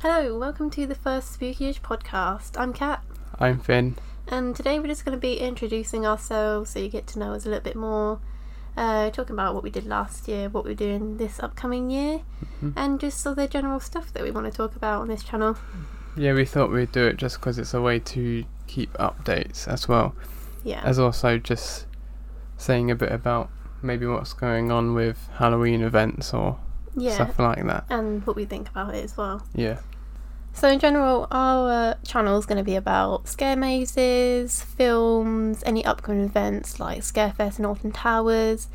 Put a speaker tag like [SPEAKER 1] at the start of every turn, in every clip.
[SPEAKER 1] Hello, welcome to the first Spookyage podcast. I'm Kat,
[SPEAKER 2] I'm Finn.
[SPEAKER 1] and today we're just going to be introducing ourselves so you get to know us a little bit more, uh, talking about what we did last year, what we're doing this upcoming year,
[SPEAKER 2] Mm-hmm.
[SPEAKER 1] and just all the general stuff that we want to talk about on this channel.
[SPEAKER 2] Yeah, we thought we'd do it just because it's a way to keep updates as well
[SPEAKER 1] Yeah.
[SPEAKER 2] as also just saying a bit about maybe what's going on with Halloween events or
[SPEAKER 1] yeah.
[SPEAKER 2] stuff like that.
[SPEAKER 1] And what we think about it as well.
[SPEAKER 2] Yeah,
[SPEAKER 1] So in general, our uh, channel is going to be about scare mazes, films, any upcoming events like Scarefest and Alton Towers,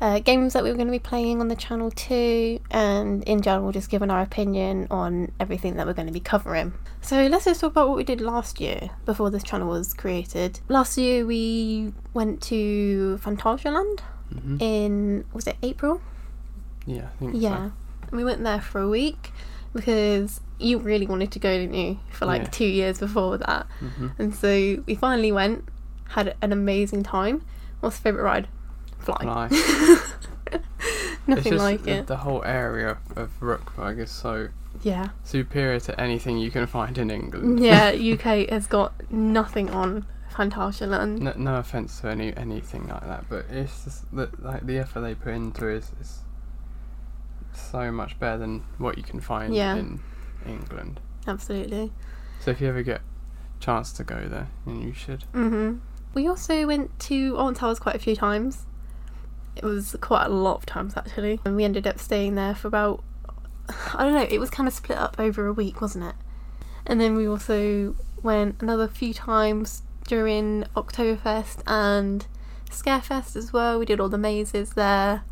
[SPEAKER 1] uh, games that we were going to be playing on the channel too, and in general, just giving our opinion on everything that we're going to be covering. So let's just talk about what we did last year before this channel was created. Last year we went to Fantasialand Mm-hmm. in was it April?
[SPEAKER 2] yeah, I think
[SPEAKER 1] Yeah.
[SPEAKER 2] so.
[SPEAKER 1] And we went there for a week because you really wanted to go, didn't you? For like
[SPEAKER 2] Yeah.
[SPEAKER 1] two years before that. And so we finally went, had an amazing time. What's your favourite ride? Fly.
[SPEAKER 2] Like, it's
[SPEAKER 1] Nothing
[SPEAKER 2] just
[SPEAKER 1] like
[SPEAKER 2] the,
[SPEAKER 1] it.
[SPEAKER 2] the whole area of Rookburg is so
[SPEAKER 1] Yeah.
[SPEAKER 2] superior to anything you can find in England.
[SPEAKER 1] Yeah, UK has got nothing on Fantasialand.
[SPEAKER 2] No, no offense to any anything like that, but it's just the, like the effort they put into it is, is so much better than what you can find
[SPEAKER 1] Yeah.
[SPEAKER 2] in England.
[SPEAKER 1] Absolutely.
[SPEAKER 2] So if you ever get chance to go there, then you should.
[SPEAKER 1] hmm We also went to Aunt Towers quite a few times. It was quite a lot of times actually, and we ended up staying there for about I don't know. It was kind of split up over a week, wasn't it? And then we also went another few times during Oktoberfest and Scarefest as well. We did all the mazes there.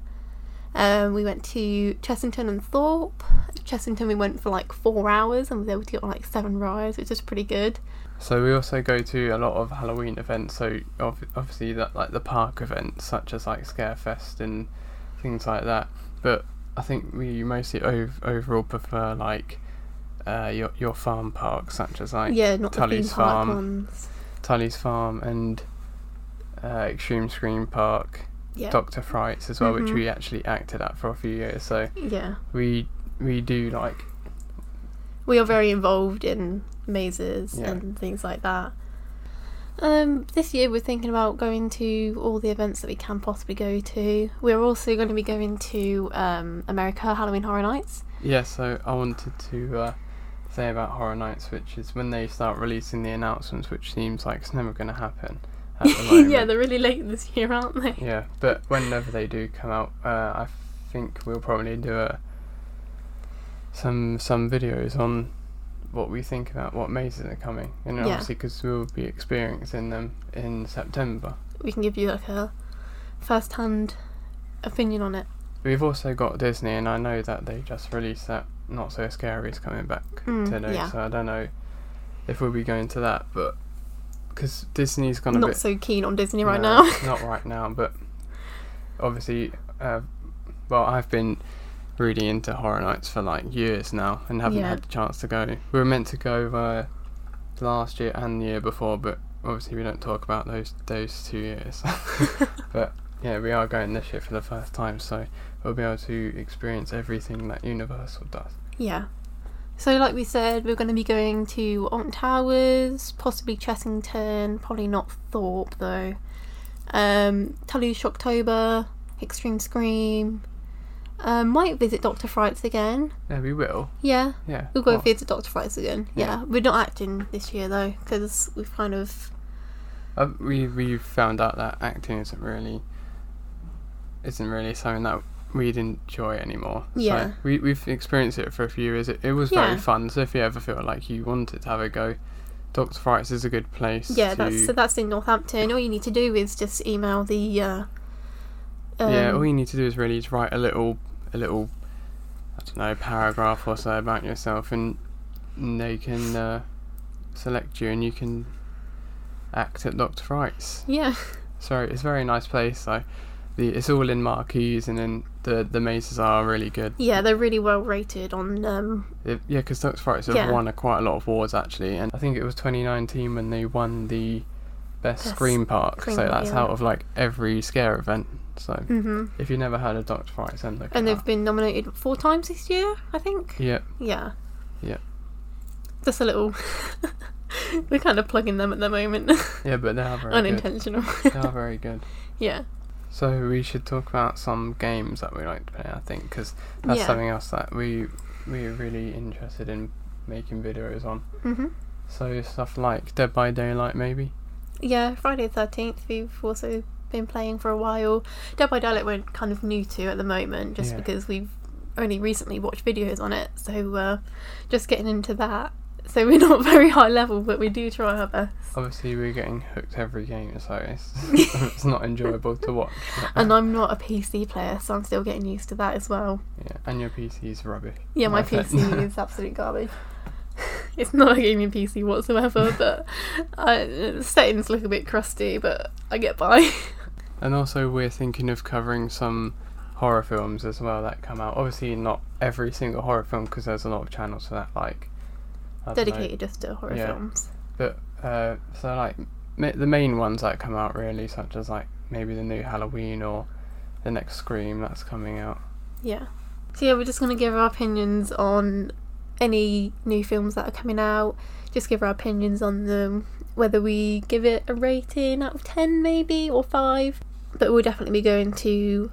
[SPEAKER 1] Um, we went to Chessington and Thorpe. Chessington, we went for like four hours and we were able to get on like seven rides, which was pretty good.
[SPEAKER 2] So we also go to a lot of Halloween events. So ob- obviously that like the park events, such as like Scarefest and things like that. But I think we mostly ov- overall prefer like uh, your your farm parks, such as like
[SPEAKER 1] Yeah, not the
[SPEAKER 2] Tully's
[SPEAKER 1] theme park
[SPEAKER 2] Farm.
[SPEAKER 1] ones.
[SPEAKER 2] Tully's Farm and uh, Extreme Scream Park,
[SPEAKER 1] Yeah.
[SPEAKER 2] Doctor Frights as well, which
[SPEAKER 1] Mhm.
[SPEAKER 2] we actually acted at for a few years. So
[SPEAKER 1] Yeah.
[SPEAKER 2] we we do like
[SPEAKER 1] We are very involved in mazes
[SPEAKER 2] Yeah.
[SPEAKER 1] and things like that. Um, this year we're thinking about going to all the events that we can possibly go to. We're also going to be going to um, America Halloween Horror Nights.
[SPEAKER 2] Yeah, so I wanted to uh, say about Horror Nights, which is when they start releasing the announcements, which seems like it's never going to happen. At the moment.
[SPEAKER 1] yeah, they're really late this year, aren't they?
[SPEAKER 2] Oh, yeah, but whenever they do come out, uh, I think we'll probably do a, some some videos on what we think about what mazes are coming, and
[SPEAKER 1] Yeah.
[SPEAKER 2] obviously because we'll be experiencing them in September.
[SPEAKER 1] We can give you like a first hand opinion on it.
[SPEAKER 2] We've also got Disney, and I know that they just released that Not So Scary is coming back
[SPEAKER 1] Mm,
[SPEAKER 2] today,
[SPEAKER 1] yeah.
[SPEAKER 2] so I don't know if we'll be going to that, but because Disney's gone a
[SPEAKER 1] Not
[SPEAKER 2] bit
[SPEAKER 1] so keen on Disney right
[SPEAKER 2] no,
[SPEAKER 1] now.
[SPEAKER 2] not right now, but obviously, uh, well, I've been really into Horror Nights for like years now, and haven't
[SPEAKER 1] Yeah.
[SPEAKER 2] had the chance to go. We were meant to go uh, last year and the year before, but obviously we don't talk about those those two years. but yeah, we are going this year for the first time, so we'll be able to experience everything that Universal does.
[SPEAKER 1] Yeah. So, like we said, we're going to be going to Aunt Towers, possibly Chessington, probably not Thorpe though. Um, Tully's Shocktober, Extreme Scream. Um, might visit Doctor Frights again.
[SPEAKER 2] Yeah, we will.
[SPEAKER 1] Yeah,
[SPEAKER 2] Yeah,
[SPEAKER 1] we'll go
[SPEAKER 2] well,
[SPEAKER 1] visit Doctor Frights again. Yeah.
[SPEAKER 2] Yeah.
[SPEAKER 1] we're not acting this year though because we've kind of
[SPEAKER 2] Uh, we we found out that acting isn't really isn't really something that we'd enjoy anymore.
[SPEAKER 1] Yeah.
[SPEAKER 2] So we we've experienced it for a few years. It, it was
[SPEAKER 1] Yeah.
[SPEAKER 2] very fun. So if you ever feel like you wanted to have a go, Doctor Frights is a good place.
[SPEAKER 1] yeah.
[SPEAKER 2] to,
[SPEAKER 1] That's so that's in Northampton. All you need to do is just email the. Uh, um,
[SPEAKER 2] yeah. All you need to do is really just write a little a little I don't know paragraph or so about yourself, and, and they can uh, select you, and you can act at Doctor Frights.
[SPEAKER 1] um, yeah.
[SPEAKER 2] So it's a very nice place. So the it's all in marquees, and then the the mazes are really good.
[SPEAKER 1] Yeah, they're really well rated on um,
[SPEAKER 2] It, yeah, because Ducks Frights have
[SPEAKER 1] Yeah.
[SPEAKER 2] won a, quite a lot of awards actually, and I think it was 2019 when they won the best,
[SPEAKER 1] Best
[SPEAKER 2] scream park.
[SPEAKER 1] scream
[SPEAKER 2] so
[SPEAKER 1] park,
[SPEAKER 2] that's
[SPEAKER 1] yeah.
[SPEAKER 2] out of like every scare event. So
[SPEAKER 1] mhm.
[SPEAKER 2] if you've never heard of Ducks Frights, then look.
[SPEAKER 1] And
[SPEAKER 2] it
[SPEAKER 1] they've
[SPEAKER 2] up.
[SPEAKER 1] been nominated four times this year, I think.
[SPEAKER 2] yeah,
[SPEAKER 1] Yeah.
[SPEAKER 2] Yeah.
[SPEAKER 1] Just a little. We're kind of plugging them at the moment.
[SPEAKER 2] Yeah, but they are very good.
[SPEAKER 1] Unintentional.
[SPEAKER 2] They are very good.
[SPEAKER 1] yeah.
[SPEAKER 2] So we should talk about some games that we like to play. I think because that's
[SPEAKER 1] Yeah.
[SPEAKER 2] something else that we we are really interested in making videos on.
[SPEAKER 1] hmm
[SPEAKER 2] So stuff like Dead by Daylight, maybe.
[SPEAKER 1] Yeah, Friday the 13th, we've also been playing for a while. Dead by Daylight, we're kind of new to at the moment just
[SPEAKER 2] Yeah.
[SPEAKER 1] because we've only recently watched videos on it, so uh, just getting into that. So we're not very high level, but we do try our best.
[SPEAKER 2] Obviously, we're getting hooked every game, so it's it's not enjoyable to watch. but-
[SPEAKER 1] And I'm not a PC player, so I'm still getting used to that as well.
[SPEAKER 2] yeah, and your PC's rubbish.
[SPEAKER 1] Yeah, my
[SPEAKER 2] I bet.
[SPEAKER 1] PC is absolute garbage. It's not a gaming PC whatsoever, but I, the settings look a bit crusty, but I get by.
[SPEAKER 2] And also, we're thinking of covering some horror films as well that come out. Obviously, not every single horror film because there's a lot of channels for that. Like I don't know.
[SPEAKER 1] Dedicated just to horror
[SPEAKER 2] Yeah.
[SPEAKER 1] films.
[SPEAKER 2] Uh, so like ma- the main ones that come out really, such as like maybe the new Halloween or the next Scream that's coming out.
[SPEAKER 1] Yeah. So yeah, we're just gonna give our opinions on any new films that are coming out. Just give our opinions on them, whether we give it a rating out of ten, maybe or five. But we'll definitely be going to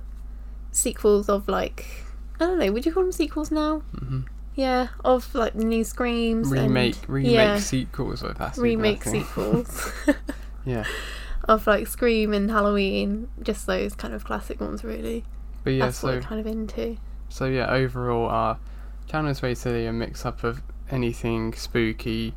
[SPEAKER 1] sequels of like I don't know. Would you call them sequels now?
[SPEAKER 2] Mm-hmm.
[SPEAKER 1] Yeah, of like the new screams. and-
[SPEAKER 2] Remake, remake
[SPEAKER 1] yeah,
[SPEAKER 2] sequels with that.
[SPEAKER 1] remake sequels
[SPEAKER 2] yeah,
[SPEAKER 1] of like Scream and Halloween. Just those kind of classic ones, really.
[SPEAKER 2] but yeah.
[SPEAKER 1] That's
[SPEAKER 2] so
[SPEAKER 1] what we're kind of into.
[SPEAKER 2] So yeah, overall our channel is basically a mix up of anything spooky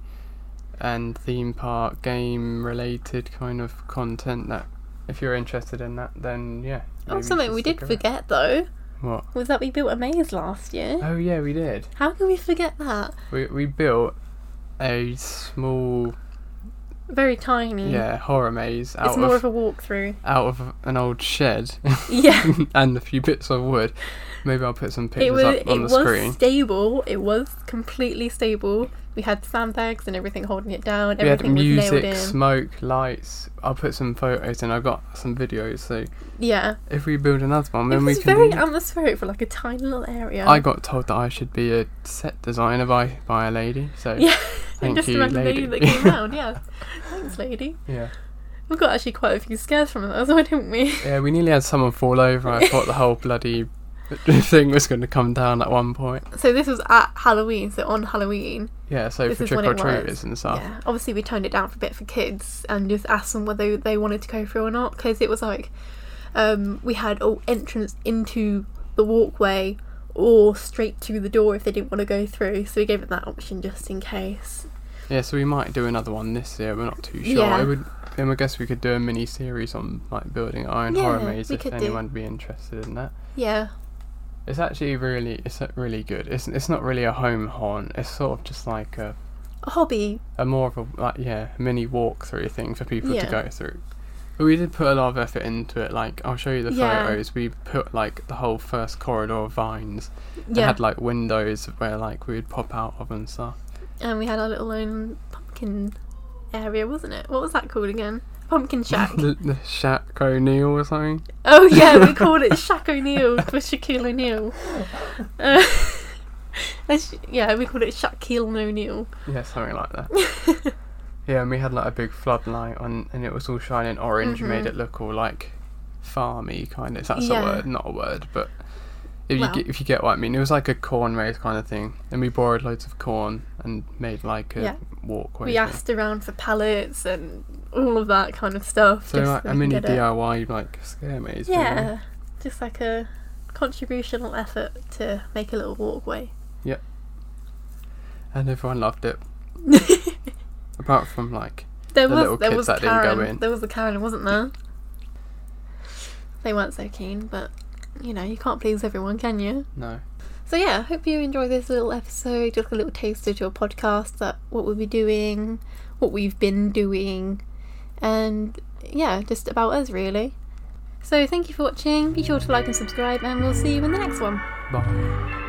[SPEAKER 2] and theme park game related kind of content that if you're interested in that then yeah. maybe
[SPEAKER 1] Oh,
[SPEAKER 2] you
[SPEAKER 1] something
[SPEAKER 2] should
[SPEAKER 1] we
[SPEAKER 2] stick
[SPEAKER 1] did
[SPEAKER 2] around.
[SPEAKER 1] forget though.
[SPEAKER 2] What?
[SPEAKER 1] was that we built a maze last year.
[SPEAKER 2] Oh yeah, we did.
[SPEAKER 1] How can we forget that?
[SPEAKER 2] We we built a small
[SPEAKER 1] Very tiny.
[SPEAKER 2] yeah, horror maze
[SPEAKER 1] Mm. It's
[SPEAKER 2] out
[SPEAKER 1] more
[SPEAKER 2] of
[SPEAKER 1] of, a walkthrough.
[SPEAKER 2] out of an old shed
[SPEAKER 1] Yeah.
[SPEAKER 2] and a few bits of wood. Maybe I'll put some pictures
[SPEAKER 1] it was
[SPEAKER 2] up on
[SPEAKER 1] it was
[SPEAKER 2] the screen.
[SPEAKER 1] stable. It was completely stable. We had sandbags and everything holding it down.
[SPEAKER 2] we had
[SPEAKER 1] Everything was nailed
[SPEAKER 2] music,
[SPEAKER 1] in.
[SPEAKER 2] smoke, lights. I'll put some photos and I've got some videos. So
[SPEAKER 1] yeah.
[SPEAKER 2] if we build another one,
[SPEAKER 1] it
[SPEAKER 2] then we
[SPEAKER 1] was
[SPEAKER 2] can.
[SPEAKER 1] very
[SPEAKER 2] do-
[SPEAKER 1] atmospheric for like a tiny little area.
[SPEAKER 2] I got told that I should be a set designer by by a lady. So
[SPEAKER 1] Yeah.
[SPEAKER 2] Thank
[SPEAKER 1] just
[SPEAKER 2] you,
[SPEAKER 1] around the lady
[SPEAKER 2] lady.
[SPEAKER 1] that came round, yeah. Thanks, lady.
[SPEAKER 2] yeah,
[SPEAKER 1] We got actually quite a few scares from that, well, didn't we?
[SPEAKER 2] yeah. We nearly had someone fall over. I thought the whole bloody thing was going to come down at one point.
[SPEAKER 1] So this was at Halloween, so on Halloween.
[SPEAKER 2] Yeah. So
[SPEAKER 1] This
[SPEAKER 2] for
[SPEAKER 1] is when
[SPEAKER 2] trick
[SPEAKER 1] it
[SPEAKER 2] or
[SPEAKER 1] was.
[SPEAKER 2] treaters and stuff.
[SPEAKER 1] Yeah, obviously we toned it down for a bit for kids and just asked them whether they wanted to go through or not because it was like um, we had all entrance into the walkway or straight to the door if they didn't want to go through. So we gave it that option just in case.
[SPEAKER 2] Yeah, so we might do another one this year. We're not too sure.
[SPEAKER 1] Yeah.
[SPEAKER 2] I would. Then I guess we could do a mini series on like building our own horror
[SPEAKER 1] Yeah,
[SPEAKER 2] maze
[SPEAKER 1] we
[SPEAKER 2] if
[SPEAKER 1] could do.
[SPEAKER 2] anyone would be interested in that.
[SPEAKER 1] Yeah,
[SPEAKER 2] It's actually really, it's uh, really good. It's it's not really a home haunt. It's sort of just like a,
[SPEAKER 1] a hobby.
[SPEAKER 2] a more of a like yeah mini walkthrough thing for people to
[SPEAKER 1] Yeah.
[SPEAKER 2] go through. But we did put a lot of effort into it. Like I'll show you the
[SPEAKER 1] Yeah.
[SPEAKER 2] photos. We put like the whole first corridor of vines. and
[SPEAKER 1] Yeah,
[SPEAKER 2] had like windows where like we would pop out of and stuff.
[SPEAKER 1] and we had our little own pumpkin area, wasn't it? What was that called again? Pumpkin shack.
[SPEAKER 2] the, the Shack O'Neill or something.
[SPEAKER 1] Oh yeah, we called it Shaq O'Neill for Shaquille O'Neal. Uh, that's- yeah, we called it Shaquille O'Neal.
[SPEAKER 2] Yeah, something like that. yeah, and we had like a big floodlight on, and it was all shining orange, made
[SPEAKER 1] Mhm.
[SPEAKER 2] it look all like farmy kind of. That's
[SPEAKER 1] Yeah.
[SPEAKER 2] a word, not a word, but if
[SPEAKER 1] Well.
[SPEAKER 2] you get, if you get what I mean, it was like a corn maze kind of thing, and we borrowed loads of corn and made like a
[SPEAKER 1] Yeah.
[SPEAKER 2] walkway.
[SPEAKER 1] we
[SPEAKER 2] thing.
[SPEAKER 1] asked around for pallets and all of that kind of stuff.
[SPEAKER 2] so
[SPEAKER 1] just
[SPEAKER 2] like
[SPEAKER 1] so we
[SPEAKER 2] a
[SPEAKER 1] can
[SPEAKER 2] mini
[SPEAKER 1] get it.
[SPEAKER 2] DIY like scare maze. really.
[SPEAKER 1] Yeah, just like a contributional effort to make a little walkway.
[SPEAKER 2] and everyone loved it, apart from like
[SPEAKER 1] There
[SPEAKER 2] The little
[SPEAKER 1] was there
[SPEAKER 2] kids
[SPEAKER 1] was
[SPEAKER 2] that didn't go
[SPEAKER 1] Karen.
[SPEAKER 2] in.
[SPEAKER 1] There was a Karen, wasn't there? They weren't so keen, but you know you can't please everyone, can you?
[SPEAKER 2] no.
[SPEAKER 1] So yeah, I hope you enjoy this little episode, just a little taste of your podcast, that what we'll be doing, what we've been doing, and yeah, just about us really. So thank you for watching. Be sure to like and subscribe, and we'll see you in the next one.
[SPEAKER 2] Bye.